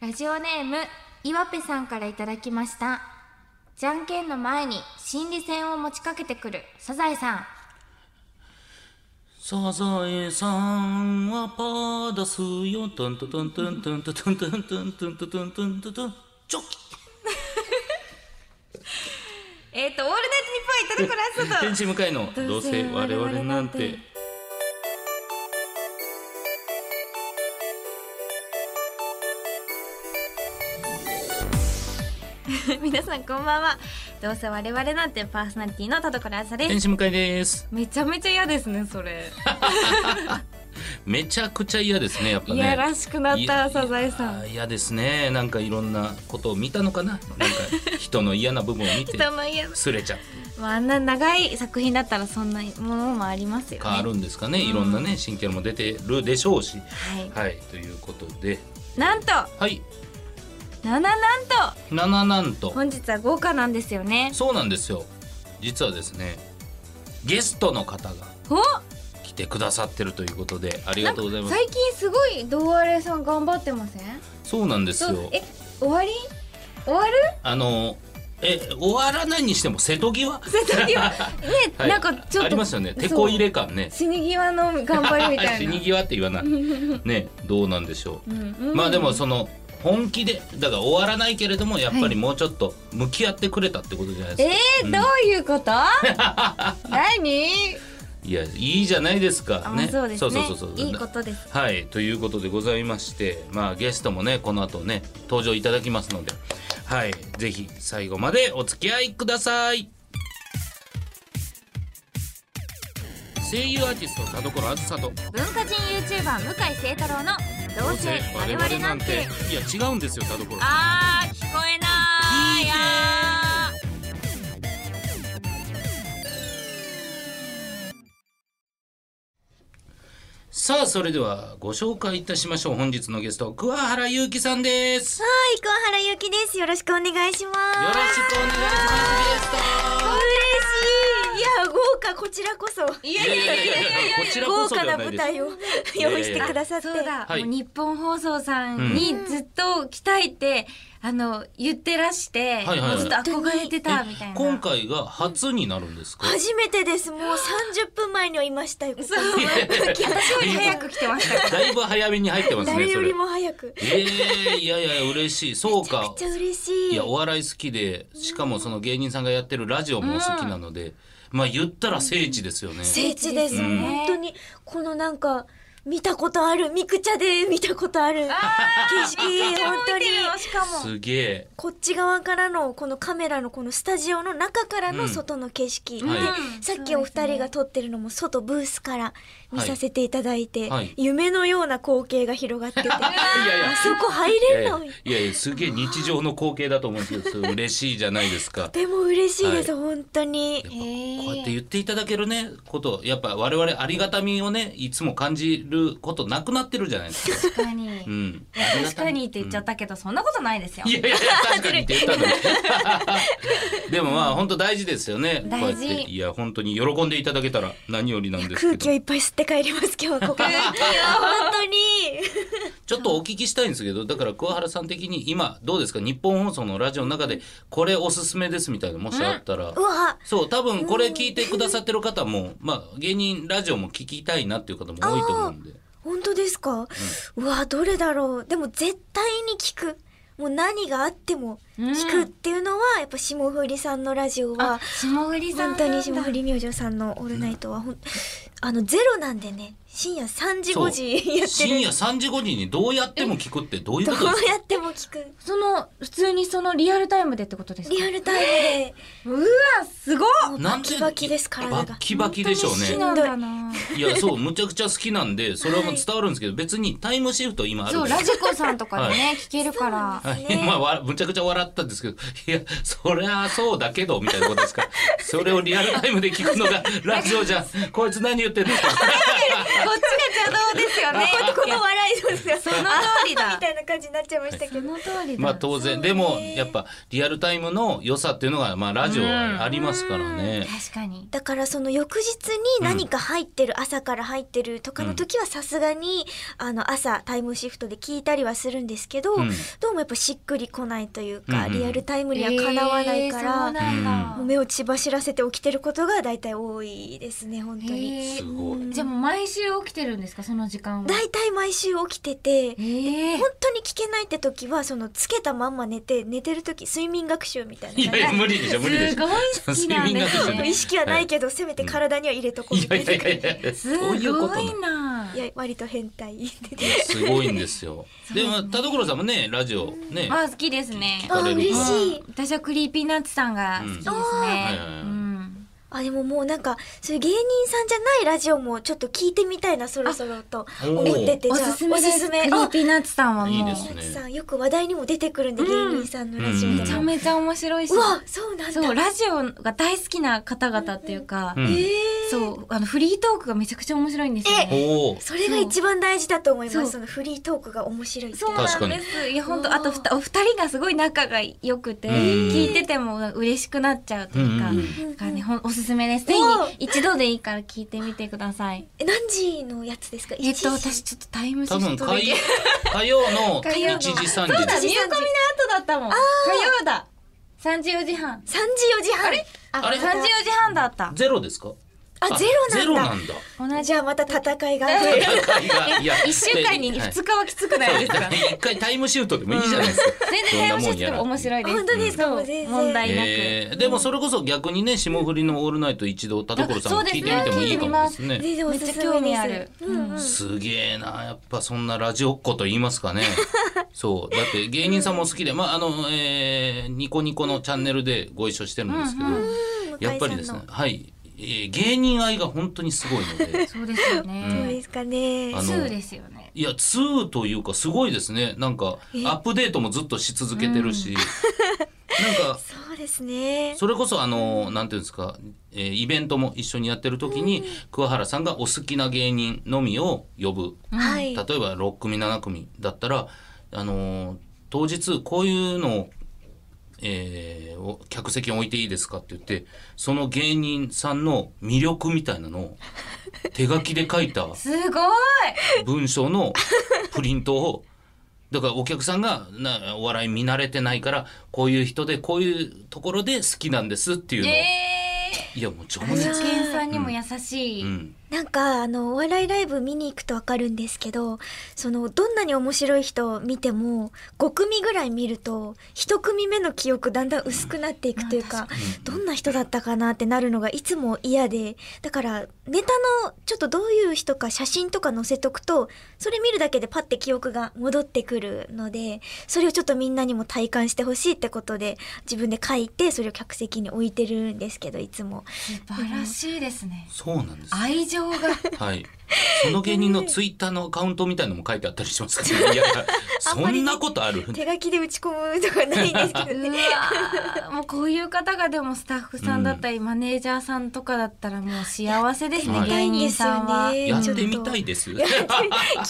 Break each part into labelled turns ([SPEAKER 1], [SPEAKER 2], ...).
[SPEAKER 1] ラジオネーム岩ぺさんからいただきましたじゃんけんの前に心理戦を持ちかけてくるサザエさん
[SPEAKER 2] サザエさんはパー出すよ。トントントントントントントントントントントントントントントン。チョ
[SPEAKER 1] えっ、とオールナイトニッポンいただこら
[SPEAKER 2] キ。
[SPEAKER 1] す
[SPEAKER 2] 天使向かいの。どうせ我々なんて。
[SPEAKER 1] 皆さんこんばんはどうせ我々なんてパーソナリティの田所あさです
[SPEAKER 2] 天使向かいです。
[SPEAKER 1] めちゃめちゃ嫌ですねそれ
[SPEAKER 2] めちゃくちゃ嫌ですね。やっぱ
[SPEAKER 1] い
[SPEAKER 2] ね。
[SPEAKER 1] やらしくなった
[SPEAKER 2] いや
[SPEAKER 1] サザエさん
[SPEAKER 2] いや嫌ですね。なんかいろんなことを見たのかな。なんか人の嫌な部分を見て。
[SPEAKER 1] 人の嫌な
[SPEAKER 2] すれちゃって
[SPEAKER 1] まああんな長い作品だったらそんなものもありますよね
[SPEAKER 2] 変わるんですかね。いろんなね新キャラも出てるでしょうし。
[SPEAKER 1] はい
[SPEAKER 2] はいということで。
[SPEAKER 1] なんと
[SPEAKER 2] はい。
[SPEAKER 1] なななんと
[SPEAKER 2] なななんと。
[SPEAKER 1] 本日は豪華なんですよね
[SPEAKER 2] そうなんですよ実はですねゲストの方が
[SPEAKER 1] お
[SPEAKER 2] 来てくださってるということでありがとうございます
[SPEAKER 1] 最近すごいどうあれさん頑張ってません
[SPEAKER 2] そうなんです
[SPEAKER 1] そう
[SPEAKER 2] よ
[SPEAKER 1] え終わり終わる
[SPEAKER 2] あのえ終わらないにしても瀬戸際
[SPEAKER 1] 瀬戸際ね、
[SPEAKER 2] はい
[SPEAKER 1] なんかちょっと
[SPEAKER 2] ありますよね手こ入れ感ね
[SPEAKER 1] そう死に際の頑張りみ たい
[SPEAKER 2] 死
[SPEAKER 1] な
[SPEAKER 2] に際って 言わないねどうなんでしょう、
[SPEAKER 1] うんうん
[SPEAKER 2] まあでもその本気でだから終わらないけれどもやっぱ
[SPEAKER 1] はい
[SPEAKER 2] りもうちょっと向き合ってくれたってことじゃないですか、
[SPEAKER 1] えーどういうこと 何
[SPEAKER 2] いやいいじゃないですか
[SPEAKER 1] あ、
[SPEAKER 2] ね
[SPEAKER 1] そうですね
[SPEAKER 2] そうそうそうそう
[SPEAKER 1] いいことです
[SPEAKER 2] はいということでございましてまあゲストもねこの後ね登場いただきますのではいぜひ最後までお付き合いください声優アーティスト田所あずさと
[SPEAKER 1] 文化人 YouTuber 向井聖太郎の「どうせ我々なんて
[SPEAKER 2] いや違うんですよ田所」
[SPEAKER 1] あー聞こえないや
[SPEAKER 2] さあそれではご紹介いたしましょう本日のゲスト桑原祐希さんですよ
[SPEAKER 1] はい桑原ゆきですよろしくお願いします
[SPEAKER 2] ろしくお願いしますゲスト
[SPEAKER 1] 嬉しいいや豪華こちらこそいやいやいやいやいや
[SPEAKER 2] こちらこそではないです
[SPEAKER 1] を
[SPEAKER 2] いやいやいや用意してく
[SPEAKER 1] ださってそうだ、
[SPEAKER 2] はい
[SPEAKER 1] もう日本放送さんにずっと来たいって、あの言ってらして、
[SPEAKER 2] はいはいはい
[SPEAKER 1] ずっと憧れてたみたいな
[SPEAKER 2] 今回が初になるんですか
[SPEAKER 3] 初めてですもう30分前にはいましたよここ
[SPEAKER 1] そう
[SPEAKER 2] いやいやいや
[SPEAKER 1] 私より早く来てました
[SPEAKER 2] だいぶ早めに入ってますね
[SPEAKER 3] 誰
[SPEAKER 2] そ
[SPEAKER 3] よ
[SPEAKER 2] れ
[SPEAKER 3] りも早く
[SPEAKER 2] ええいやいや嬉しいそう
[SPEAKER 3] め
[SPEAKER 2] か
[SPEAKER 3] っちゃ嬉しい
[SPEAKER 2] いやお笑い好きでしかもその芸人さんがやってるラジオも好きなので、まあ言ったら聖地ですよね、
[SPEAKER 3] 聖地です、
[SPEAKER 1] うん
[SPEAKER 3] 本当にこのなんか見たことあるミクチャで見たことある景色本当に
[SPEAKER 1] しかも
[SPEAKER 2] すげえ
[SPEAKER 3] こっち側からのこのカメラのこのスタジオの中から
[SPEAKER 2] う
[SPEAKER 3] の
[SPEAKER 2] ん
[SPEAKER 3] 外の景色、
[SPEAKER 2] はい
[SPEAKER 3] でさっきお二人が撮ってるのも外ブースから見させていただいて、
[SPEAKER 2] はいはい
[SPEAKER 3] 夢のような光景が広がってて、
[SPEAKER 2] いやいや
[SPEAKER 3] あそこ入
[SPEAKER 2] いや
[SPEAKER 3] れ
[SPEAKER 2] い
[SPEAKER 3] ん
[SPEAKER 2] や
[SPEAKER 3] の
[SPEAKER 2] いやいやすげえ日常の光景だと思うんですけどそれ嬉しいじゃないですか。
[SPEAKER 3] でも嬉しいです、本当に
[SPEAKER 2] やっぱこうやって言っていただけるねことやっぱ我々ありがたみをねいつも感じることなくなってるじゃないですか。
[SPEAKER 1] 確かに、
[SPEAKER 2] うん、
[SPEAKER 1] 確かにって言っちゃったけど、そんなことないですよ
[SPEAKER 2] いやいやいや確かにって言ったのに でもまあ本当大事ですよねこうや
[SPEAKER 1] 大
[SPEAKER 2] っ
[SPEAKER 1] 事
[SPEAKER 2] ていや本当に喜んでいただけたら何よりなんですけ
[SPEAKER 3] 空気を
[SPEAKER 2] ど
[SPEAKER 3] いっぱい吸って帰ります今日はここ本当に
[SPEAKER 2] ちょっとお聞きしたいんですけどだから桑原さん的に今どうですか日本放送のラジオの中でこれおすすめですみたいなもしあったら、
[SPEAKER 3] うわ
[SPEAKER 2] そう多分これ聞いてくださってる方も、まあ芸人ラジオも聞きたいなっていう方も多いと思うんで
[SPEAKER 3] 本当ですか、うわどれだろうでも絶対に聞くもう何があっても聞くっていうのは、やっぱ霜降りさんのラジオは
[SPEAKER 1] 霜降りさんな
[SPEAKER 3] 本当
[SPEAKER 1] んだ
[SPEAKER 3] に霜降り明星さんの「オールナイトはほん」あのゼロなんでね深夜3時
[SPEAKER 2] そう
[SPEAKER 3] 5時やって
[SPEAKER 2] 深
[SPEAKER 3] る
[SPEAKER 2] 夜3時5時にどうやっても聞くってどういう
[SPEAKER 3] ど
[SPEAKER 2] こ
[SPEAKER 3] う
[SPEAKER 2] とですか
[SPEAKER 3] やっても聞く
[SPEAKER 1] その普通にそのリアルタイムでってことですか
[SPEAKER 3] リアルタイム
[SPEAKER 1] う
[SPEAKER 3] で
[SPEAKER 1] わすごっ
[SPEAKER 2] なん
[SPEAKER 3] バキバキです体が
[SPEAKER 2] バキバキでしょうね
[SPEAKER 3] 本当に
[SPEAKER 1] 好きなんだない
[SPEAKER 2] やそうむちゃくちゃ好きなんでそれはもう伝わるんですけど、別にタイムシフト今ある
[SPEAKER 1] そ
[SPEAKER 2] ん
[SPEAKER 1] う
[SPEAKER 2] です
[SPEAKER 1] ラジコさんとかでね、聞けるから
[SPEAKER 2] は
[SPEAKER 3] で
[SPEAKER 2] い
[SPEAKER 3] すね
[SPEAKER 2] まあわむちゃくちゃ笑ったんですけどいやそりゃそうだけどみたいなことですかそれをリアルタイムで聞くのがラジオじゃんこいつ何言ってんの
[SPEAKER 1] こっちが邪道ですよよね
[SPEAKER 3] この笑いそうですよ
[SPEAKER 1] その通りだ
[SPEAKER 3] み たいな感じになっちゃいましたけ
[SPEAKER 1] そ
[SPEAKER 3] ど
[SPEAKER 1] の通りだ、
[SPEAKER 2] まあ当
[SPEAKER 3] そ
[SPEAKER 2] 然
[SPEAKER 3] うね
[SPEAKER 2] でもやっぱリアルタイムの良さっていうのがまあラジオはありますからね。
[SPEAKER 1] 確かに
[SPEAKER 3] だからその翌日に何か入ってる、朝から入ってるとかの時はさすがにあの朝タイムシフトで聞いたりはするんですけど、
[SPEAKER 2] うん
[SPEAKER 3] どうもやっぱしっくりこないというか、
[SPEAKER 2] うんうん
[SPEAKER 3] リアルタイムにはかなわないか
[SPEAKER 1] えー
[SPEAKER 3] ら、
[SPEAKER 1] そうなんだ
[SPEAKER 3] もう目を血走らせて起きてることが大体多いですね本当に。
[SPEAKER 1] へー
[SPEAKER 2] すごい
[SPEAKER 1] じゃあもう毎週起きてるんですかその時間は
[SPEAKER 3] 大体毎週起きてて
[SPEAKER 1] ええ
[SPEAKER 3] 本当に聞けないって時はそのつけたまんま寝て寝てる時睡眠学習みたい
[SPEAKER 2] いや
[SPEAKER 3] な
[SPEAKER 2] いや無理でしょ無理でし
[SPEAKER 1] すご
[SPEAKER 2] ょ
[SPEAKER 1] い。好きなんで
[SPEAKER 2] 睡
[SPEAKER 1] す
[SPEAKER 2] 眠が
[SPEAKER 1] ね
[SPEAKER 2] で
[SPEAKER 3] 意識はない
[SPEAKER 2] ど。
[SPEAKER 3] けど、せめて体には入れとこう
[SPEAKER 2] い
[SPEAKER 3] みた
[SPEAKER 2] やい
[SPEAKER 3] いな。
[SPEAKER 2] や
[SPEAKER 3] い
[SPEAKER 2] いやいや
[SPEAKER 1] す
[SPEAKER 2] どういうことなの
[SPEAKER 1] ごいな
[SPEAKER 3] や割と変態で
[SPEAKER 2] いやすごいんですよ。でも田所さんもねラジオね。
[SPEAKER 1] あ好きですね
[SPEAKER 2] あ嬉
[SPEAKER 3] しい
[SPEAKER 1] 私はクリーピーナッツさんが好きですね
[SPEAKER 2] うん
[SPEAKER 1] うん
[SPEAKER 3] あでももうなんかそういう芸人さんじゃないラジオもちょっと聞いてみたいなそろそろと思ってて
[SPEAKER 1] お
[SPEAKER 3] じゃあ
[SPEAKER 1] すすめですクリ
[SPEAKER 3] あ
[SPEAKER 1] ーピーナッツさんはもう
[SPEAKER 2] いいですね
[SPEAKER 3] ナツさんよく話題にも出てくるんで、芸人さんのラジオでも
[SPEAKER 1] めちゃめちゃ面白いし
[SPEAKER 3] うわそうなんだ
[SPEAKER 1] そうラジオが大好きな方々っていうか
[SPEAKER 2] うん
[SPEAKER 3] えー、
[SPEAKER 1] そうあのフリートークがめちゃくちゃ面白いんですよね
[SPEAKER 2] おお。
[SPEAKER 3] それが一番大事だと思います
[SPEAKER 1] そう
[SPEAKER 3] そのフリートークが面白いって
[SPEAKER 1] そうなんです。いや本当あとふたお二人がすごい仲が良くて
[SPEAKER 2] うん
[SPEAKER 1] 聞いてても嬉しくなっちゃうというか。
[SPEAKER 2] うんうん
[SPEAKER 1] だからね、ほんおすすめです。ぜひ
[SPEAKER 3] おう
[SPEAKER 1] 一度でいいから聞いてみてください。
[SPEAKER 3] え何時のやつですか
[SPEAKER 1] えっと、
[SPEAKER 3] 一時
[SPEAKER 1] 私ちょっとタイムシ
[SPEAKER 2] 多
[SPEAKER 1] フ
[SPEAKER 2] 分
[SPEAKER 1] トだ
[SPEAKER 2] 火
[SPEAKER 1] け。
[SPEAKER 2] 曜火曜の
[SPEAKER 1] 火曜の
[SPEAKER 2] 1時3
[SPEAKER 1] そうだ、見込みの後
[SPEAKER 2] 時。
[SPEAKER 1] だったもん。火曜だ。三時四時半。
[SPEAKER 3] 3時4時半あれあ
[SPEAKER 2] あれ
[SPEAKER 1] 三時四時半だった。
[SPEAKER 2] ゼロですか？
[SPEAKER 3] あゼロなんだ
[SPEAKER 2] ゼロなんだ。
[SPEAKER 1] 同じ
[SPEAKER 3] じ。ゃあまた戦いが
[SPEAKER 2] 戦いがいや
[SPEAKER 1] 一週間に
[SPEAKER 2] ではい
[SPEAKER 1] 二日はきつくないですか。
[SPEAKER 2] 一回タイムシフトでもいいじゃないですか。
[SPEAKER 1] 全然タイムシフトも面白いです。
[SPEAKER 3] 本当ですか
[SPEAKER 1] そ
[SPEAKER 3] も
[SPEAKER 1] う
[SPEAKER 3] う全然
[SPEAKER 1] 問題なく。
[SPEAKER 2] えーでもそれこそ逆にね霜降りの「オールナイト」一度田所さんも聞いてみてもいいかもですね。
[SPEAKER 3] 全然おすすめです
[SPEAKER 1] めっちゃ興味ある
[SPEAKER 3] うんうん
[SPEAKER 2] すげえなやっぱそんなラジオっ子と言いま すかねそうだって芸人さんも好きで、まああのえーニコニコのチャンネルでご一緒してるんですけど、やっぱりですね
[SPEAKER 3] 向井
[SPEAKER 2] はい、えー芸人愛が本当にすごいの で
[SPEAKER 1] そうですよ
[SPEAKER 3] さんのどう
[SPEAKER 1] ね。
[SPEAKER 3] ですかね
[SPEAKER 2] あの
[SPEAKER 1] そうですよね。
[SPEAKER 2] いや2というかすごいですねなんかア
[SPEAKER 3] え
[SPEAKER 2] ップデートもずっとし続けてるし、なんか
[SPEAKER 3] そうですね
[SPEAKER 2] それこそあのなんていうんですか、えーイベントも一緒にやってる時に、桑原さんがお好きな芸人のみを呼ぶ、
[SPEAKER 3] はい
[SPEAKER 2] 例えば6組7組だったらあのー当日こういうのを、えーお客席に置いていいですかって言ってその芸人さんの魅力みたいなのを手書きで書いた
[SPEAKER 1] すごい。
[SPEAKER 2] 文章のプリントをだからお客さんがなお笑い見慣れてないからこういう人でこういうところで好きなんですっていうのを。
[SPEAKER 1] ええ。
[SPEAKER 2] いやもう情
[SPEAKER 1] あ
[SPEAKER 2] 熱、
[SPEAKER 1] の健さんにも優し
[SPEAKER 2] う
[SPEAKER 1] い。
[SPEAKER 2] ん、
[SPEAKER 3] なんかあのお笑いライブ見に行くとわかるんですけどそのどんなに面白い人を見ても5組ぐらい見ると1組目の記憶だんだん薄くなっていくというか,、どんな人だったかなってなるのがいつも嫌でだからネタのちょっとどういう人か写真とか載せとくとそれ見るだけでパッて記憶が戻ってくるのでそれをちょっとみんなにも体感してほしいってことで自分で書いてそれを客席に置いてるんですけどいつも。
[SPEAKER 1] 素晴らしいですね。
[SPEAKER 2] そうなんです。
[SPEAKER 1] 愛情が。
[SPEAKER 2] はい。その芸人のツイッターのアカウントみたいのも書いてあったりしますから、ね、いやそんなことある。
[SPEAKER 3] 手書きで打ち込むとかないんですけど
[SPEAKER 1] うわー もうこういう方がでもスタッフさんだったり、マネージャーさんとかだったらもう幸せですね、
[SPEAKER 2] はい
[SPEAKER 1] 芸人さんは。
[SPEAKER 3] や
[SPEAKER 2] やってみたいです。
[SPEAKER 3] やって企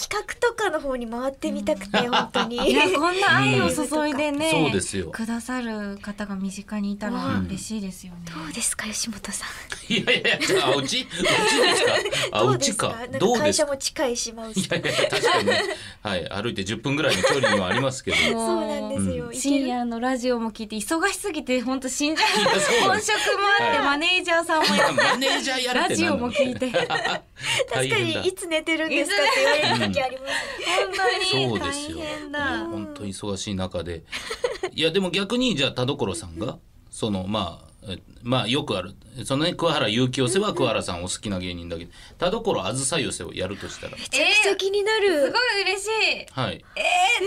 [SPEAKER 3] 画とかの方に回ってみたくて本当に
[SPEAKER 1] いやこんな愛を注いでね、
[SPEAKER 2] うんそうですよ
[SPEAKER 1] くださる方が身近にいたら嬉しいですよね。
[SPEAKER 3] どうですか吉本さん
[SPEAKER 2] いやいや、じゃあ、うち、うちですか。あ、
[SPEAKER 3] ど
[SPEAKER 2] う
[SPEAKER 3] うで
[SPEAKER 2] ち
[SPEAKER 3] すか
[SPEAKER 2] か
[SPEAKER 3] な。ん
[SPEAKER 2] どう
[SPEAKER 3] か
[SPEAKER 2] で
[SPEAKER 3] 会
[SPEAKER 2] す
[SPEAKER 3] 社
[SPEAKER 2] か。
[SPEAKER 3] も近いします
[SPEAKER 2] いやいや、確かにね。はい、歩いて10分ぐらいの距離にはありますけど。いや、
[SPEAKER 3] そうなんですよ、いけ
[SPEAKER 1] 深
[SPEAKER 3] る
[SPEAKER 1] 夜のラジオも聞いて忙しすぎて本当死んじゃ
[SPEAKER 2] いやそう
[SPEAKER 1] う
[SPEAKER 2] なん
[SPEAKER 1] 本
[SPEAKER 2] です
[SPEAKER 1] 職もあって、
[SPEAKER 2] はい
[SPEAKER 1] マネージャーさん もやって
[SPEAKER 2] マネージャーやるっ
[SPEAKER 1] ラ
[SPEAKER 2] て
[SPEAKER 1] ジ
[SPEAKER 2] な
[SPEAKER 1] オ
[SPEAKER 2] んだ
[SPEAKER 1] も
[SPEAKER 2] ろう
[SPEAKER 1] 聞いて 本
[SPEAKER 2] 大
[SPEAKER 3] 確か
[SPEAKER 2] 変だ。
[SPEAKER 3] にい
[SPEAKER 2] い
[SPEAKER 3] つ寝てるんですかって言われる時あります、
[SPEAKER 2] そ
[SPEAKER 1] 当
[SPEAKER 2] う
[SPEAKER 1] に
[SPEAKER 2] で
[SPEAKER 1] 大
[SPEAKER 2] すよ。
[SPEAKER 1] 変
[SPEAKER 2] も
[SPEAKER 1] だ
[SPEAKER 2] う。本当に忙しい中で。 いや、でも逆に、じゃあ、田所さんが、その、まあ、えまあ、よくある。そのね、桑原結城寄せは桑原さんお好きな芸人だけど、田所あずさ寄せをやるとしたら、
[SPEAKER 1] え
[SPEAKER 3] めちゃくちゃ
[SPEAKER 1] ー、す
[SPEAKER 3] 気になる、
[SPEAKER 1] ごい嬉しい。
[SPEAKER 2] はい。
[SPEAKER 3] え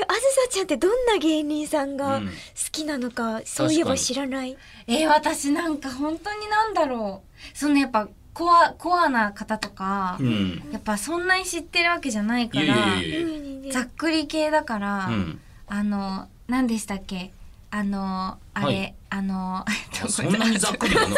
[SPEAKER 3] あずさちゃんってどんな芸人さんが
[SPEAKER 2] う
[SPEAKER 3] 好
[SPEAKER 2] ん
[SPEAKER 3] きなのか、そう
[SPEAKER 2] 確
[SPEAKER 3] いえ
[SPEAKER 2] か
[SPEAKER 3] ば
[SPEAKER 2] に
[SPEAKER 3] 知らない
[SPEAKER 1] えー、私なんか本当になんだろう。そのやっぱコアコアな方とか、
[SPEAKER 2] うん。
[SPEAKER 1] やっぱそんなに知ってるわけじゃない
[SPEAKER 2] い
[SPEAKER 1] か
[SPEAKER 2] や
[SPEAKER 1] ら。
[SPEAKER 2] いやいやいや。
[SPEAKER 1] ざっくり系だから、
[SPEAKER 2] うん。
[SPEAKER 1] あの何でしたっけあのあれ、
[SPEAKER 2] はい
[SPEAKER 1] あ の
[SPEAKER 2] あそんなに ざっくりなの。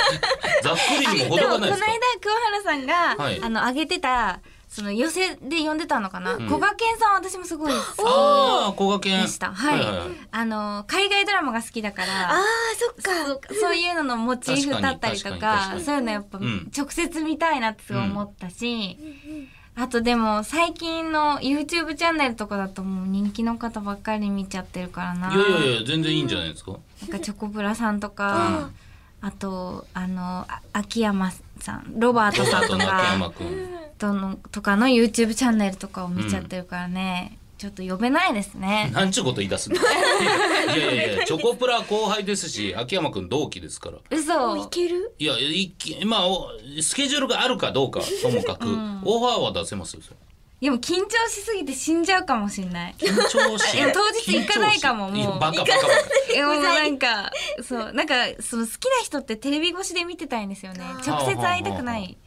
[SPEAKER 2] ざっくりにも程
[SPEAKER 1] でも
[SPEAKER 2] が
[SPEAKER 1] こ
[SPEAKER 2] な
[SPEAKER 1] の間
[SPEAKER 2] いですか。
[SPEAKER 1] 桑原さんが、
[SPEAKER 2] はい
[SPEAKER 1] あの上げてたその寄せで呼んでたのかな、
[SPEAKER 2] ん
[SPEAKER 1] こがけんさんは私もすごい好き
[SPEAKER 2] ああ小賀健
[SPEAKER 1] でしたはい、
[SPEAKER 2] はいはいはい
[SPEAKER 1] あの海外ドラマが好きだか
[SPEAKER 3] あ
[SPEAKER 1] ら
[SPEAKER 3] あそっか
[SPEAKER 1] そうそういうののモチーフだったりと
[SPEAKER 2] 確かに確
[SPEAKER 1] か
[SPEAKER 2] かに
[SPEAKER 1] そういうのやっぱ
[SPEAKER 2] うん
[SPEAKER 1] 直接見たいなってすごい思ったし、あとでも最近の YouTube チャンネルとかだともう人気の方ばっかり見ちゃってるからない
[SPEAKER 2] やいやいや全然いいんじゃないですか、
[SPEAKER 1] なんかチョコプラさんとか、あとあのあ秋山さんロバー
[SPEAKER 2] ロ
[SPEAKER 1] ト
[SPEAKER 2] バ
[SPEAKER 1] さんと
[SPEAKER 2] ートの秋
[SPEAKER 1] か
[SPEAKER 2] 山君
[SPEAKER 1] とのとかの YouTube チャンネルとかを見ちゃってるからね、ちょっと呼べないですね。
[SPEAKER 2] なんちゅうこと言い出す のいやいやいやチョコプラ後輩ですし秋山君同期ですから
[SPEAKER 1] 嘘
[SPEAKER 3] いける
[SPEAKER 2] いや一気まあおスケジュールがあるかどうかともかく、オファーは出せますよそれ
[SPEAKER 1] でも緊張しすぎて死んじゃうかもしれない。
[SPEAKER 2] 緊張 し
[SPEAKER 1] いや当日行かないかも
[SPEAKER 2] 緊張しや
[SPEAKER 1] もう
[SPEAKER 2] バカバカバカ
[SPEAKER 1] えもうなんかそうなんかその好きな人ってテレビ越しで見てたいんですよね
[SPEAKER 3] あー
[SPEAKER 1] 直接会いたくない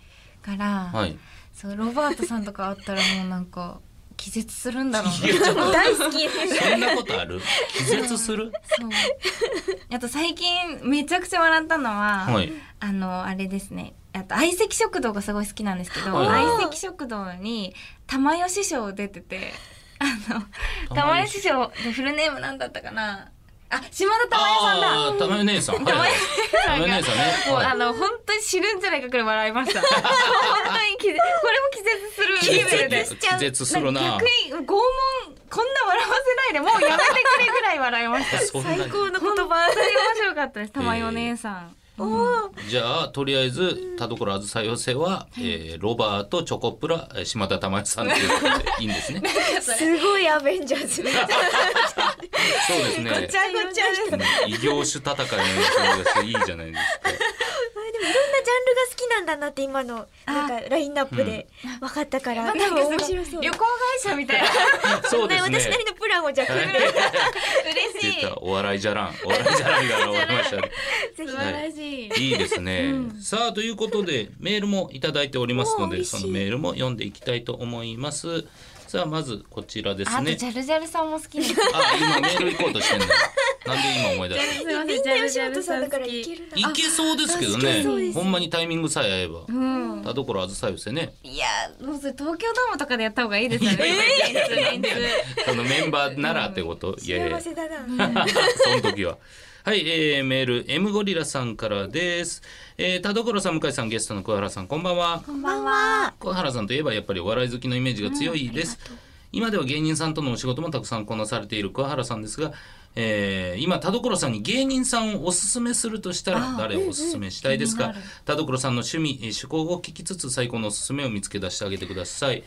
[SPEAKER 1] から、
[SPEAKER 2] はい
[SPEAKER 1] そうロバートさんとか会ったらもうなんか気絶するん だろう
[SPEAKER 2] い
[SPEAKER 1] な
[SPEAKER 2] やちょっと
[SPEAKER 3] 大好き
[SPEAKER 2] そんなこと ある気絶する
[SPEAKER 1] そう あと最近めちゃくちゃ笑ったのは、
[SPEAKER 2] はい
[SPEAKER 1] あのあれですねあと相席食堂がすごい好きなんですけど
[SPEAKER 2] はい
[SPEAKER 1] 相席食堂に玉吉師匠出ててあの
[SPEAKER 2] 玉
[SPEAKER 1] 玉
[SPEAKER 2] 吉
[SPEAKER 1] 吉師匠でフルネームなんだったかなあ島田玉代さんだ
[SPEAKER 2] ああー玉代姉さんはい
[SPEAKER 1] 玉
[SPEAKER 2] はい
[SPEAKER 1] 代
[SPEAKER 2] 玉代姉さんね
[SPEAKER 1] もう
[SPEAKER 2] はい
[SPEAKER 1] あの本当に死ぬんじゃないかくらい笑いました。本当に気絶これも気絶するレベルで
[SPEAKER 2] 気絶気絶するな
[SPEAKER 1] 逆に拷問こんな笑わせないでもうやめてくれぐらい笑いま した。
[SPEAKER 2] そんなに
[SPEAKER 3] 最高
[SPEAKER 1] 本
[SPEAKER 3] の言
[SPEAKER 1] 当
[SPEAKER 3] 葉
[SPEAKER 1] バーサリ面白かったです。玉井お姉さん。
[SPEAKER 3] おー
[SPEAKER 2] じゃあとりあえず田所あずさ寄せは、えーロバートチョコプラえー島田珠代さんっていうことでいいんで すね
[SPEAKER 3] すごいアベンジャーズめっちゃ
[SPEAKER 2] そうですね
[SPEAKER 3] ごちゃごちゃです
[SPEAKER 2] うん異業種戦いのような感じがしていいじゃないですか
[SPEAKER 3] まあでもいろんなジャンルが好きなんだなって今のなんかラインナップで分かったから、
[SPEAKER 1] なん
[SPEAKER 3] 多
[SPEAKER 1] か
[SPEAKER 3] 分
[SPEAKER 1] すごい
[SPEAKER 3] 面白そう。
[SPEAKER 1] 旅行会社みたいな
[SPEAKER 2] そうですね
[SPEAKER 3] ね私なりのプランをじゃあ考えて
[SPEAKER 1] 嬉し
[SPEAKER 2] 出
[SPEAKER 1] い
[SPEAKER 2] た。お笑いじゃらんお笑いじゃらんが現れましたね
[SPEAKER 3] ぜ
[SPEAKER 1] 素
[SPEAKER 3] ひ
[SPEAKER 1] 晴らしい。
[SPEAKER 2] いいですね、さあということでメールもいただいておりますの
[SPEAKER 3] おー
[SPEAKER 2] で
[SPEAKER 3] 嬉し
[SPEAKER 2] そ
[SPEAKER 3] い
[SPEAKER 2] のメールも読んでいきたいと思いますさあまずこちらで
[SPEAKER 1] あ
[SPEAKER 2] す
[SPEAKER 1] と
[SPEAKER 2] ね
[SPEAKER 1] ジャルジャルさんも好きです。
[SPEAKER 2] あ今メール行こうとしてんだなんで今思い出した
[SPEAKER 1] み
[SPEAKER 3] みんな吉本さんだからいけるな。
[SPEAKER 2] いけそうですけど
[SPEAKER 3] あ確か
[SPEAKER 2] ね
[SPEAKER 3] にそうです
[SPEAKER 2] ほんまにタイミングさえ合えば、
[SPEAKER 1] うん。
[SPEAKER 2] 田所あずさ寄せね
[SPEAKER 1] いやもうそれ東京ドームとかでやった方がいいですよね。
[SPEAKER 2] な
[SPEAKER 1] メ
[SPEAKER 2] ん
[SPEAKER 1] ンツ
[SPEAKER 2] でやねんそのメンバーならってこと、いやいや
[SPEAKER 3] 幸せだな。
[SPEAKER 2] その時は。はい、えー、メール M ゴリラさんからです、えー、田所さん向井さんゲストの桑原さんこんばんは
[SPEAKER 1] こんば
[SPEAKER 3] ま
[SPEAKER 1] ん
[SPEAKER 3] あ
[SPEAKER 1] は。
[SPEAKER 3] まあ
[SPEAKER 2] 桑原さんといえばやっぱりお笑い好きのイメージが強いです、今では芸人さんとのお仕事もたくさんこなされている桑原さんですが、えー今田所さんに芸人さんをおすすめするとしたら
[SPEAKER 1] あ
[SPEAKER 2] 誰をおすすめしたいです
[SPEAKER 1] うん
[SPEAKER 2] か、
[SPEAKER 1] うん気にな
[SPEAKER 2] 田所さんの趣味えー趣向を聞きつつ最高のおすすめを見つけ出してあげてください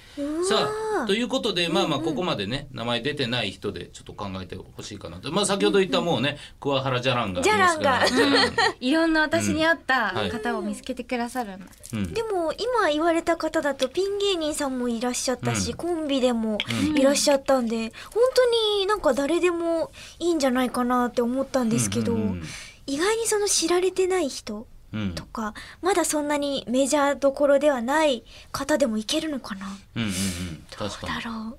[SPEAKER 2] さあということでまあまあここまでね、名前出てない人でちょっと考えてほしいかなとまあ先ほど言ったもうね、桑原ジャランがありますから
[SPEAKER 3] ジ
[SPEAKER 2] ャラン
[SPEAKER 1] いろんな私に合った
[SPEAKER 2] うんはい
[SPEAKER 1] 方を見つけてくださるんだ。
[SPEAKER 2] うん
[SPEAKER 3] でも今言われた方だとピン芸人さんもいらっしゃったし、
[SPEAKER 2] うん
[SPEAKER 3] コンビでもいらっしゃったんで、本当になんか誰でもいいんじゃないかなって思ったんですけど、
[SPEAKER 2] うんうん
[SPEAKER 3] 意外にその知られてない人
[SPEAKER 2] うん
[SPEAKER 3] とか、まだそんなにメジャーどころではない方でもいけるのかな
[SPEAKER 2] うんうんうん確かに
[SPEAKER 3] だろう。うわ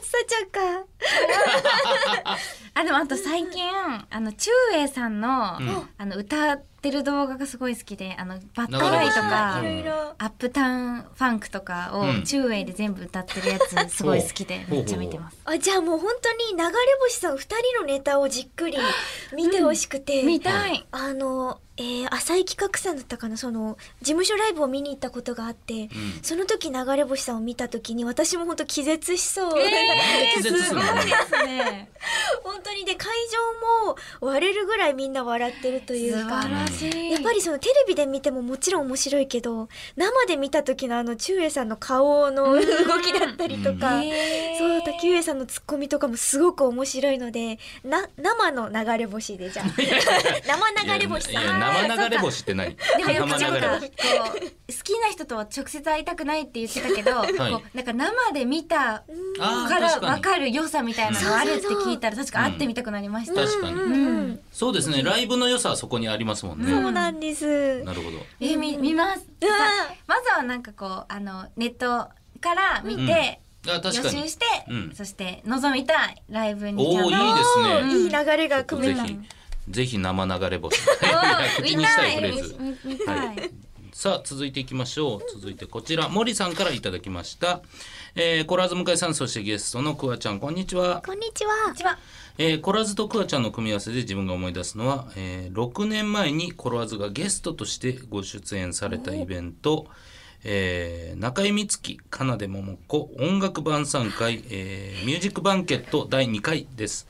[SPEAKER 3] ー、ちさちゃんか。
[SPEAKER 1] あでもあと最近あの中英さんの、
[SPEAKER 2] うん
[SPEAKER 1] あの歌ってる動画がすごい好きであのバッド
[SPEAKER 2] 流れ
[SPEAKER 1] ライ
[SPEAKER 2] て
[SPEAKER 1] と
[SPEAKER 2] きた
[SPEAKER 1] か
[SPEAKER 2] う。ん
[SPEAKER 3] いろいろ。
[SPEAKER 1] アップタウンファンクとか
[SPEAKER 2] うん
[SPEAKER 1] を中英で全部歌ってるやつすごい好きで
[SPEAKER 2] ほう
[SPEAKER 1] めっちゃ見てます。
[SPEAKER 3] あ、じゃあもう本当に流れ星さん二人のネタをじっくり見てほしくて。
[SPEAKER 1] 見たい。
[SPEAKER 3] あの、えー浅井企画さんだったかなその事務所ライブを見に行ったことがあって、
[SPEAKER 2] ん
[SPEAKER 3] その時流れ星さんを見た時に私も本当気絶しそう、
[SPEAKER 1] え
[SPEAKER 2] 気
[SPEAKER 1] ー、す
[SPEAKER 2] 絶
[SPEAKER 1] ごいです
[SPEAKER 2] るの
[SPEAKER 1] すね。
[SPEAKER 3] 本当にで会場も割れるぐらいみんな笑ってるとい
[SPEAKER 1] 素
[SPEAKER 3] うか
[SPEAKER 1] 晴らしい。
[SPEAKER 3] やっぱりそのテレビで見てももちろん面白いけど生で見た時のあの中英さんの顔の動きだったりとか、
[SPEAKER 1] えー
[SPEAKER 3] そう滝上さんのツッコミとかもすごく面白いのでな生の流れ星で じゃあ生流れ星
[SPEAKER 2] い
[SPEAKER 3] さ
[SPEAKER 2] や
[SPEAKER 3] ん
[SPEAKER 2] いや生流れ星ってない
[SPEAKER 1] でもよく
[SPEAKER 2] 生
[SPEAKER 1] なん
[SPEAKER 2] 流れ
[SPEAKER 1] かこ
[SPEAKER 2] 星
[SPEAKER 1] う好きな人とは直接会いたくないって言ってたけど、こうなんか生で見た
[SPEAKER 2] あー
[SPEAKER 1] から
[SPEAKER 2] 確か
[SPEAKER 1] 分
[SPEAKER 2] に
[SPEAKER 1] かる良さみたいなのがあるって聞いたら確かに会ってみたくなりました。
[SPEAKER 2] 確かに、
[SPEAKER 3] うんうん
[SPEAKER 2] そうですねライブの良さはそこにありますもんね、
[SPEAKER 3] そうなんです。
[SPEAKER 2] なるほど
[SPEAKER 1] えーみ見ます。
[SPEAKER 3] うわ
[SPEAKER 1] まずはなんかこうあのネットから見て、
[SPEAKER 2] あ確
[SPEAKER 1] 予
[SPEAKER 2] かに
[SPEAKER 1] 習して、
[SPEAKER 2] うん
[SPEAKER 1] そして望みたいライブに
[SPEAKER 2] おおい いですね、
[SPEAKER 3] いい流れが組め
[SPEAKER 2] ぜ
[SPEAKER 3] た。
[SPEAKER 2] ひぜひ生流れ星
[SPEAKER 1] おー
[SPEAKER 2] 口にしたいフレー
[SPEAKER 1] 見
[SPEAKER 2] ズ
[SPEAKER 1] たい見見たい
[SPEAKER 2] はいさあ続いていきましょう続いてこちら森さんからいただきました、えー、コラーズ向井さんそしてゲストのクワちゃんこんにちは
[SPEAKER 3] こんにちは。
[SPEAKER 1] 一番
[SPEAKER 2] えーコラーズとクワちゃんの組み合わせで自分が思い出すのは、えー6年前にコラーズがゲストとしてご出演されたイベント「えー中井美月かなで桃子音楽晩餐会、えーミュージックバンケット第2回」です。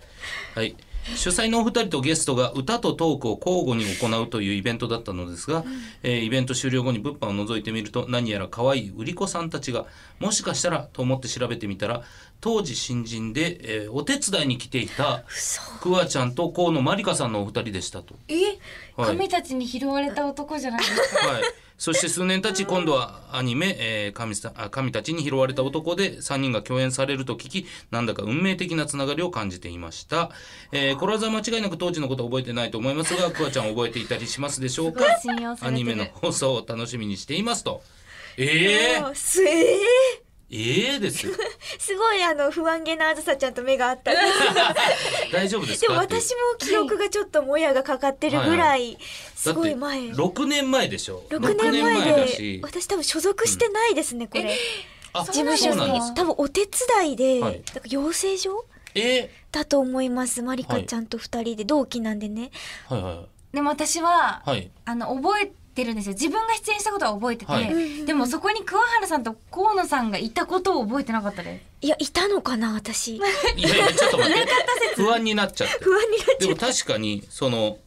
[SPEAKER 2] はい主催のお二人とゲストが歌とトークを交互に行うというイベントだったのですが、えーイベント終了後に物販を覗いてみると何やら可愛い売り子さんたちがもしかしたらと思って調べてみたら当時新人で、えーお手伝いに来ていたクワちゃんと河野まりかさんのお二人でしたと。
[SPEAKER 1] え、
[SPEAKER 2] はい
[SPEAKER 1] 神たちに拾われた男じゃないですか
[SPEAKER 2] はい、そして数年たち今度はアニメ「えー神さあ神たちに拾われた男」で3人が共演されると聞きなんだか運命的なつながりを感じていました、えー、これは間違いなく当時のことは覚えてないと思いますがクワちゃん覚えていたりしますでしょうか
[SPEAKER 1] すごい信用さ
[SPEAKER 2] ア
[SPEAKER 1] れて
[SPEAKER 2] ニ
[SPEAKER 1] る
[SPEAKER 2] メの放送を楽しみにしていますとえー、
[SPEAKER 3] あすえ
[SPEAKER 2] えー、ですよ
[SPEAKER 3] ーすごいあの不安げなあずさちゃんと目が合ったんです
[SPEAKER 2] 大丈夫です
[SPEAKER 3] で
[SPEAKER 2] か
[SPEAKER 3] も
[SPEAKER 2] っていう
[SPEAKER 3] 私も記憶がちょっともやがかかってるぐらいすごい前
[SPEAKER 2] だって6年前でしょ
[SPEAKER 3] 6年
[SPEAKER 2] 六
[SPEAKER 3] 前
[SPEAKER 2] だ
[SPEAKER 3] で
[SPEAKER 2] し
[SPEAKER 3] 私多分所属してないですねこれ
[SPEAKER 2] あ
[SPEAKER 3] 事務所
[SPEAKER 2] そうなんで
[SPEAKER 3] に
[SPEAKER 2] す
[SPEAKER 3] 多分お手伝いで
[SPEAKER 2] はい
[SPEAKER 3] だから養成所
[SPEAKER 2] え
[SPEAKER 3] だと思いますまりかちゃんと2人で同期なんでね
[SPEAKER 2] ー、はいはい
[SPEAKER 1] でも私は、
[SPEAKER 2] はい
[SPEAKER 1] あの覚えてるんですよ自分が出演したことは覚えてて、
[SPEAKER 2] はい
[SPEAKER 1] でもそこに桑原さんと河野さんがいたことを覚えてなかったです
[SPEAKER 3] いやいたのか な私
[SPEAKER 2] いやいやちょっと待って不安になっちゃって
[SPEAKER 3] 不安になっ
[SPEAKER 2] でも確かにその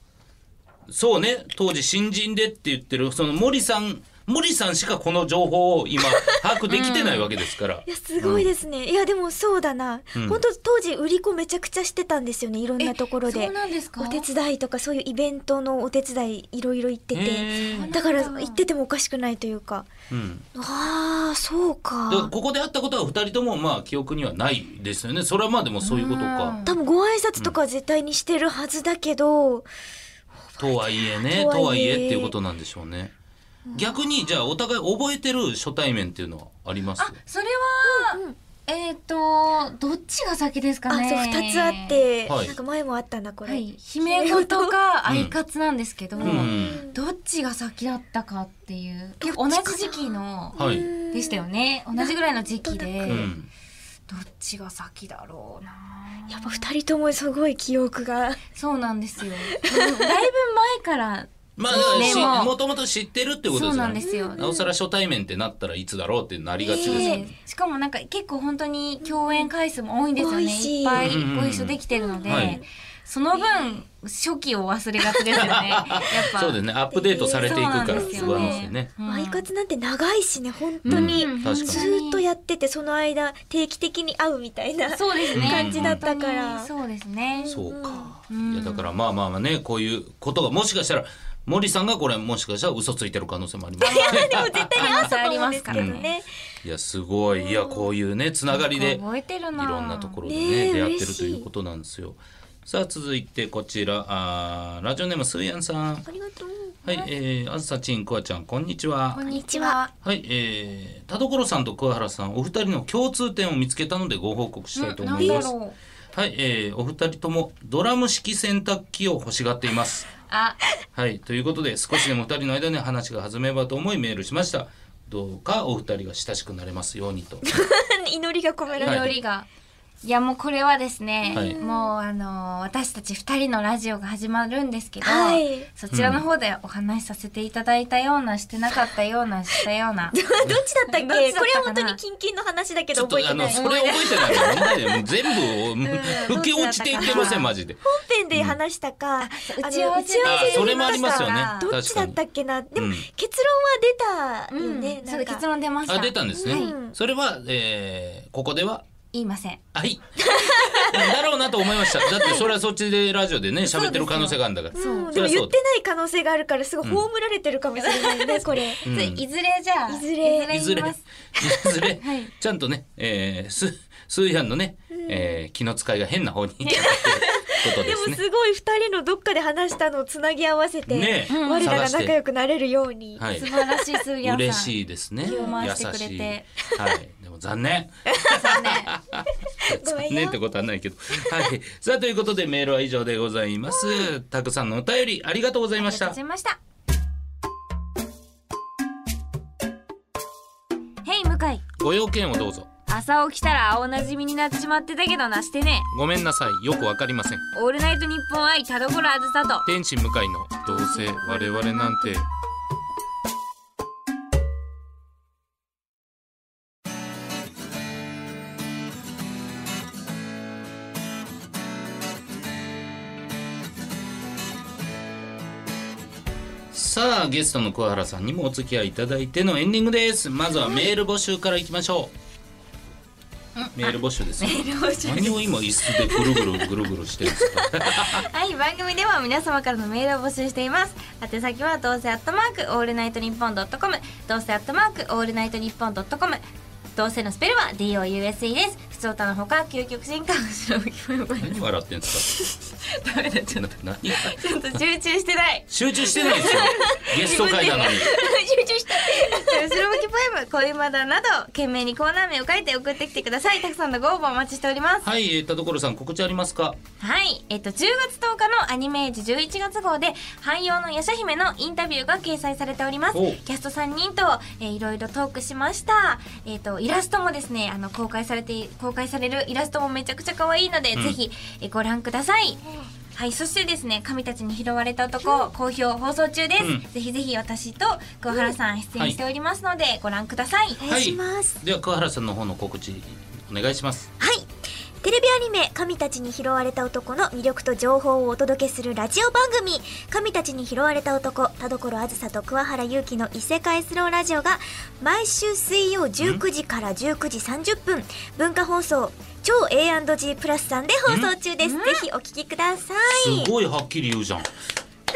[SPEAKER 2] そうね当時新人でって言ってるその森さん森さんしかこの情報を今把握できてないわけですから、
[SPEAKER 3] いやすごいですね、いやでもそうだな、
[SPEAKER 2] うん
[SPEAKER 3] 本当当時売り子めちゃくちゃしてたんですよねいろんなところ
[SPEAKER 1] え
[SPEAKER 3] で
[SPEAKER 1] そうなんですか
[SPEAKER 3] お手伝いとかそういうイベントのお手伝いいろいろ行ってて、
[SPEAKER 2] へー
[SPEAKER 3] だから
[SPEAKER 1] そうなんだ
[SPEAKER 3] 行っててもおかしくないというか
[SPEAKER 2] うん、
[SPEAKER 3] ああそう
[SPEAKER 2] だ
[SPEAKER 3] か
[SPEAKER 2] からここで会ったことは2人ともまあ記憶にはないですよねそれはまあでもそういうこと
[SPEAKER 1] うん
[SPEAKER 2] か
[SPEAKER 3] 多分ご挨拶とかは絶対にしてるはずだけど、
[SPEAKER 2] とはいえね
[SPEAKER 3] とはいえ
[SPEAKER 2] とはいえっていうことなんでしょうね逆にじゃあお互い覚えてる初対面っていうのはあります
[SPEAKER 1] あそれは、
[SPEAKER 3] うんうん
[SPEAKER 1] えっ、ー、とどっちが先ですか
[SPEAKER 3] あ
[SPEAKER 1] ね
[SPEAKER 3] そう2つあって、
[SPEAKER 2] はい
[SPEAKER 3] なんか前もあったなこれ、
[SPEAKER 1] はい姫ごとかアイカツなんですけど、
[SPEAKER 2] うん、
[SPEAKER 1] どっちが先だったかっていう
[SPEAKER 3] どっ
[SPEAKER 1] 結
[SPEAKER 3] ちか
[SPEAKER 1] 構
[SPEAKER 3] な
[SPEAKER 1] 同じ時期の
[SPEAKER 2] はい、
[SPEAKER 1] でしたよね同じぐらいの時期で、
[SPEAKER 2] うん、
[SPEAKER 1] どっちが先だろうな
[SPEAKER 3] やっぱ2人ともすごい記憶が
[SPEAKER 1] そうなんですよだいぶ前から
[SPEAKER 2] まあ
[SPEAKER 1] そうねもう
[SPEAKER 2] もともと知ってるってことで
[SPEAKER 1] そう
[SPEAKER 2] す
[SPEAKER 1] な
[SPEAKER 2] よ
[SPEAKER 1] んで
[SPEAKER 2] ね
[SPEAKER 1] すよ、
[SPEAKER 2] なおさら初対面ってなったらいつだろうってなりがちですよ
[SPEAKER 1] で
[SPEAKER 2] ね。
[SPEAKER 1] しかもなんか結構本当に共演回数も多いんですよ
[SPEAKER 3] 多
[SPEAKER 1] ね
[SPEAKER 3] いし
[SPEAKER 1] いっぱいご一緒できてるので、
[SPEAKER 2] うんうんうんはい
[SPEAKER 1] その分初期を忘れがちですよね やっぱ
[SPEAKER 2] そうですね、アップデートされていくから、
[SPEAKER 1] そうなんです
[SPEAKER 2] 不
[SPEAKER 1] よ
[SPEAKER 2] 安
[SPEAKER 1] ね
[SPEAKER 2] ですよね。
[SPEAKER 1] うん
[SPEAKER 3] ワイカツなんて長いしね本当に、
[SPEAKER 1] うん
[SPEAKER 2] 確かに
[SPEAKER 3] ずーっとやっててその間定期的に会うみたいな
[SPEAKER 1] そうですね
[SPEAKER 2] 感じだ
[SPEAKER 3] ったから
[SPEAKER 1] 本当にそうですね
[SPEAKER 2] そうか。
[SPEAKER 1] うん
[SPEAKER 2] いや、だから、まあまあまあね、こういうことが、もしかしたら、森さんがこれ、もしかしたら嘘ついてる可能性もありますね。
[SPEAKER 3] でも絶対に会うと思うんですけど
[SPEAKER 2] うん
[SPEAKER 3] ね。
[SPEAKER 2] いや、すごい、いや、こういうね、つながりで。
[SPEAKER 1] 覚えてる
[SPEAKER 2] い
[SPEAKER 1] ない
[SPEAKER 2] ろんなところで
[SPEAKER 3] ね
[SPEAKER 2] ね
[SPEAKER 3] え
[SPEAKER 2] 出会ってる
[SPEAKER 3] 嬉しい
[SPEAKER 2] ということなんですよ。さあ続いてこちらあーラジオネームすーやんさん。
[SPEAKER 3] ありがとう。
[SPEAKER 2] はい、えー、あずさちん、くわちゃん、こんにちは
[SPEAKER 1] こん。にちは
[SPEAKER 2] はい、えー、田所さんと桑原さん、お二人の共通点を見つけたのでご報告したいと思い
[SPEAKER 1] な
[SPEAKER 2] ま
[SPEAKER 1] ん
[SPEAKER 2] す
[SPEAKER 1] だ。ろう
[SPEAKER 2] はい、えー、お二人ともドラム式洗濯機を欲しがってい ます。
[SPEAKER 1] あ
[SPEAKER 2] はい、ということで少しでも二人の間に話が弾めばと思いメールしました。どうかお二人が親しくなれますように と。
[SPEAKER 3] 祈りが込められる。
[SPEAKER 1] 祈りが、い、やもうこれはですね、
[SPEAKER 2] はい
[SPEAKER 1] もうあの私たち2人のラジオが始まるんですけど、
[SPEAKER 3] はい
[SPEAKER 1] そちらの方でお話しさせていただいたようなしてなかったようなしたような
[SPEAKER 3] どっちだったっけ？
[SPEAKER 1] どっちだったかな
[SPEAKER 3] これは本当にキンキンの話だけ
[SPEAKER 2] ち
[SPEAKER 3] ど
[SPEAKER 2] ょっと
[SPEAKER 3] 覚えて
[SPEAKER 2] あ
[SPEAKER 3] な
[SPEAKER 2] の
[SPEAKER 3] い。
[SPEAKER 2] そ
[SPEAKER 3] 本
[SPEAKER 2] れ覚えてないの問題でもう全部を
[SPEAKER 1] ん
[SPEAKER 2] 吹き落ちていってませんマジで。
[SPEAKER 3] 編で話したか、
[SPEAKER 1] うん
[SPEAKER 3] あの
[SPEAKER 1] 打ち合わせで
[SPEAKER 2] あーそれもありますよね
[SPEAKER 1] あ。
[SPEAKER 3] どっ
[SPEAKER 2] 確
[SPEAKER 3] ち
[SPEAKER 2] か
[SPEAKER 3] だっ
[SPEAKER 2] に。
[SPEAKER 3] たっけな。でも、
[SPEAKER 2] うん
[SPEAKER 3] 結論は出たよね。
[SPEAKER 1] うん
[SPEAKER 3] な
[SPEAKER 1] そ
[SPEAKER 3] ん
[SPEAKER 1] う
[SPEAKER 3] か
[SPEAKER 1] 結論出ました
[SPEAKER 2] あ出たんですね。
[SPEAKER 1] はい
[SPEAKER 2] それは、えー、ここでは
[SPEAKER 1] 言いません
[SPEAKER 2] はい。 だろうなと思いました。だってそれはそっちでラジオでね喋ってる可能性があるんだから。
[SPEAKER 3] うん、
[SPEAKER 2] そ
[SPEAKER 3] で
[SPEAKER 2] り
[SPEAKER 3] も
[SPEAKER 2] ゃそ
[SPEAKER 3] 言
[SPEAKER 2] う
[SPEAKER 3] っ
[SPEAKER 2] だ
[SPEAKER 3] てない可能性があるからすごい葬られてるかもしれな いね、これ。
[SPEAKER 2] うん
[SPEAKER 1] いずれじゃあ
[SPEAKER 3] いずれ
[SPEAKER 2] い
[SPEAKER 1] い
[SPEAKER 2] ず
[SPEAKER 1] ずれ言い
[SPEAKER 2] れい
[SPEAKER 1] ます
[SPEAKER 2] ずれ、
[SPEAKER 1] はい
[SPEAKER 2] ちゃんとね、えー、すスーヤンのね、えー、気の使いが変な方に行 ったっていうこ
[SPEAKER 3] で
[SPEAKER 2] と
[SPEAKER 3] も
[SPEAKER 2] ですね。
[SPEAKER 3] すごい二人のどっかで話したのをつなぎ合わせて、
[SPEAKER 2] ねえ
[SPEAKER 3] 我ら
[SPEAKER 2] 探
[SPEAKER 3] が
[SPEAKER 2] して
[SPEAKER 3] 仲良くなれるように。
[SPEAKER 2] はい
[SPEAKER 1] 素。晴らしい数やさん
[SPEAKER 2] 嬉しいですね。
[SPEAKER 1] 気
[SPEAKER 2] 優
[SPEAKER 1] を回してくれて
[SPEAKER 2] しい。はい。でも残念。
[SPEAKER 1] 残念
[SPEAKER 3] ごめん
[SPEAKER 2] 残
[SPEAKER 3] よ
[SPEAKER 2] 念ってことはないけど。はい。さあということでメールは以上でございます。たくさんのお便りありがとうござい
[SPEAKER 1] ありがと
[SPEAKER 2] まし
[SPEAKER 1] うご
[SPEAKER 2] た
[SPEAKER 1] ざい。ました
[SPEAKER 2] ご用件をどうぞ
[SPEAKER 1] 朝起きたら青なじみになってしまってたけどなしてね
[SPEAKER 2] ごめんなさいよくわかりません
[SPEAKER 1] オールナイトニッポン愛田所あずさ と
[SPEAKER 2] 天使向かいのどうせ我々なんてさあゲストの桑原さんにもお付き合いいただいてのエンディングですまずはメール募集からいきましょう、メール募集ですよ何を今椅子でぐるぐるぐるぐるしてるんですか
[SPEAKER 1] はい番組では皆様からのメールを募集しています宛先はどうせアットマークオールナイトニッポンドットコムどうせアットマークオールナイトニッポンドットコムどうせのスペルは DOUSE です普通歌のほか究極進化後ろ向きもよく
[SPEAKER 2] 何笑ってんです
[SPEAKER 1] ダメだち
[SPEAKER 2] か
[SPEAKER 1] ょっ
[SPEAKER 2] な
[SPEAKER 1] と
[SPEAKER 2] 何
[SPEAKER 1] ちょっと集中して ない
[SPEAKER 2] 集中してない ですよゲスト会なのに
[SPEAKER 3] 集中した
[SPEAKER 1] 後ろ向きポエム恋まだなど懸命にコーナー名を書いて送ってきてくださいたくさんのご応募お待ちしております
[SPEAKER 2] はい、えー、田所さん告知ありますか
[SPEAKER 1] はい、えっと、10月10日のアニメージ11月号で、汎用のヤシャ姫のインタビューが掲載されております
[SPEAKER 2] お。
[SPEAKER 1] キャスト3人と、えーいろいろトークしました。えっと、イラストもですね、あの、公開されて、公開されるイラストもめちゃくちゃ可愛いので、
[SPEAKER 2] ん
[SPEAKER 1] ぜひ、えーご覧ください。はい、そしてですね、神たちに拾われた男、好評放送中です。
[SPEAKER 2] うん
[SPEAKER 1] ぜひぜひ私と桑原さん出演しておりますので、ご覧ください
[SPEAKER 3] お願いします
[SPEAKER 2] では桑原さんの方の告知お願いします
[SPEAKER 3] はいテレビアニメ「神たちに拾われた男」の魅力と情報をお届けするラジオ番組「神たちに拾われた男」田所あずさと桑原祐希の異世界スローラジオが毎週水曜19時から19時30分文化放送超 A&G プラスさんで放送中ですぜひお聞きください
[SPEAKER 2] すごいはっきり言うじゃん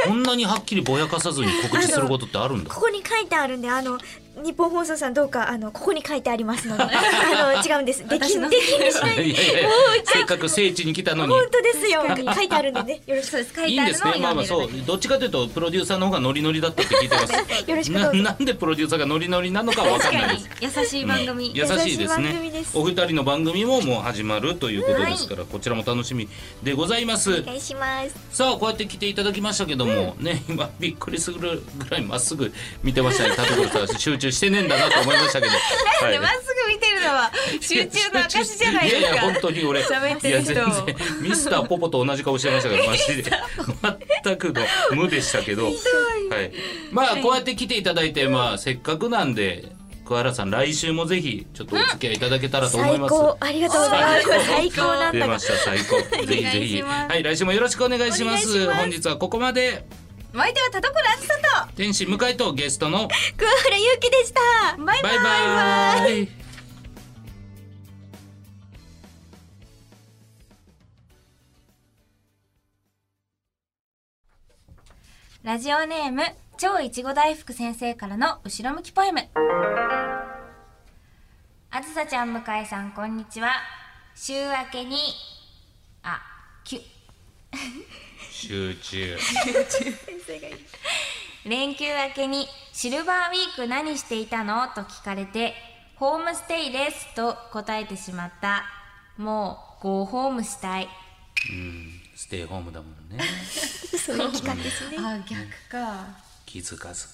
[SPEAKER 2] こんなにはっきりぼやかさずに告知することってあるんだ
[SPEAKER 3] ここに書いてあるんであの日本放送さんどうかあのここに書いてありますのであの違うんですで
[SPEAKER 1] 私
[SPEAKER 3] きで
[SPEAKER 1] の
[SPEAKER 3] きにしない
[SPEAKER 2] いやいやいやせっかく聖地に来たのに
[SPEAKER 3] 本当ですよ書いてあるんでねよろしく
[SPEAKER 1] そうです、書い
[SPEAKER 2] い
[SPEAKER 1] て
[SPEAKER 2] いん
[SPEAKER 1] あ
[SPEAKER 2] で
[SPEAKER 1] る
[SPEAKER 2] す
[SPEAKER 1] のを
[SPEAKER 2] ね
[SPEAKER 1] 読
[SPEAKER 2] まあ
[SPEAKER 1] ん
[SPEAKER 2] まあ
[SPEAKER 1] でるだけ
[SPEAKER 2] そうどっちかというとプロデューサーの方がノリノリだったって聞いて ます
[SPEAKER 3] よろしくど
[SPEAKER 2] な
[SPEAKER 3] うぞ
[SPEAKER 2] なんでプロデューサーがノリノリなのかわかんないです
[SPEAKER 1] 確かに、優しい番組。
[SPEAKER 2] 優しいです
[SPEAKER 3] 優しい番組
[SPEAKER 2] ね
[SPEAKER 3] です
[SPEAKER 2] お二人の番組ももう始まるということですから、こちらも楽しみでございます
[SPEAKER 3] お願いします
[SPEAKER 2] さあこうやって来ていただきましたけども、ね今びっくりするぐらいまっすぐ見てましたね田所さん集中してねえんだなと思いましたけ ど
[SPEAKER 1] なんで
[SPEAKER 2] はい
[SPEAKER 1] まっすぐ見てるのは集中の証じゃないですか。
[SPEAKER 2] やいや本当に俺い
[SPEAKER 1] 喋って
[SPEAKER 2] や
[SPEAKER 1] る
[SPEAKER 2] 全
[SPEAKER 1] 人
[SPEAKER 2] 然ミスターポポと同じ顔してましたけどマジで全くの無でした けど、はい、まあこうやって来ていただいて、まあせっかくなんで桑原さん来週もぜひちょっとお付き合いいただけたらと思い
[SPEAKER 3] 最
[SPEAKER 2] ます。
[SPEAKER 3] 高ありがとうございます
[SPEAKER 2] 最
[SPEAKER 3] 最高なん
[SPEAKER 2] 出
[SPEAKER 3] だ
[SPEAKER 2] ま
[SPEAKER 3] が
[SPEAKER 2] した最高 ぜひぜひ
[SPEAKER 1] お願いします
[SPEAKER 2] はい来週もよろしくお願いします
[SPEAKER 3] お願いします
[SPEAKER 2] 本日はここまで
[SPEAKER 1] お相手は田所あずさ
[SPEAKER 2] 天使向井とゲストの
[SPEAKER 3] 桑原ゆうきでした
[SPEAKER 1] とバイバ
[SPEAKER 2] バ
[SPEAKER 1] イ
[SPEAKER 2] イバイ
[SPEAKER 1] ラジオネーム超いちご大福先生からの後ろ向きポエムあずさちゃん向井さんこんにちは週明けにあきゅ
[SPEAKER 2] 集中
[SPEAKER 1] 連休明けにシルバーウィーク何していたのと聞かれてホームステイですと答えてしまったもうゴーホームしたい
[SPEAKER 2] うんステイホームだもんね
[SPEAKER 3] そういう期間ですね
[SPEAKER 1] あ逆か
[SPEAKER 2] 気づかず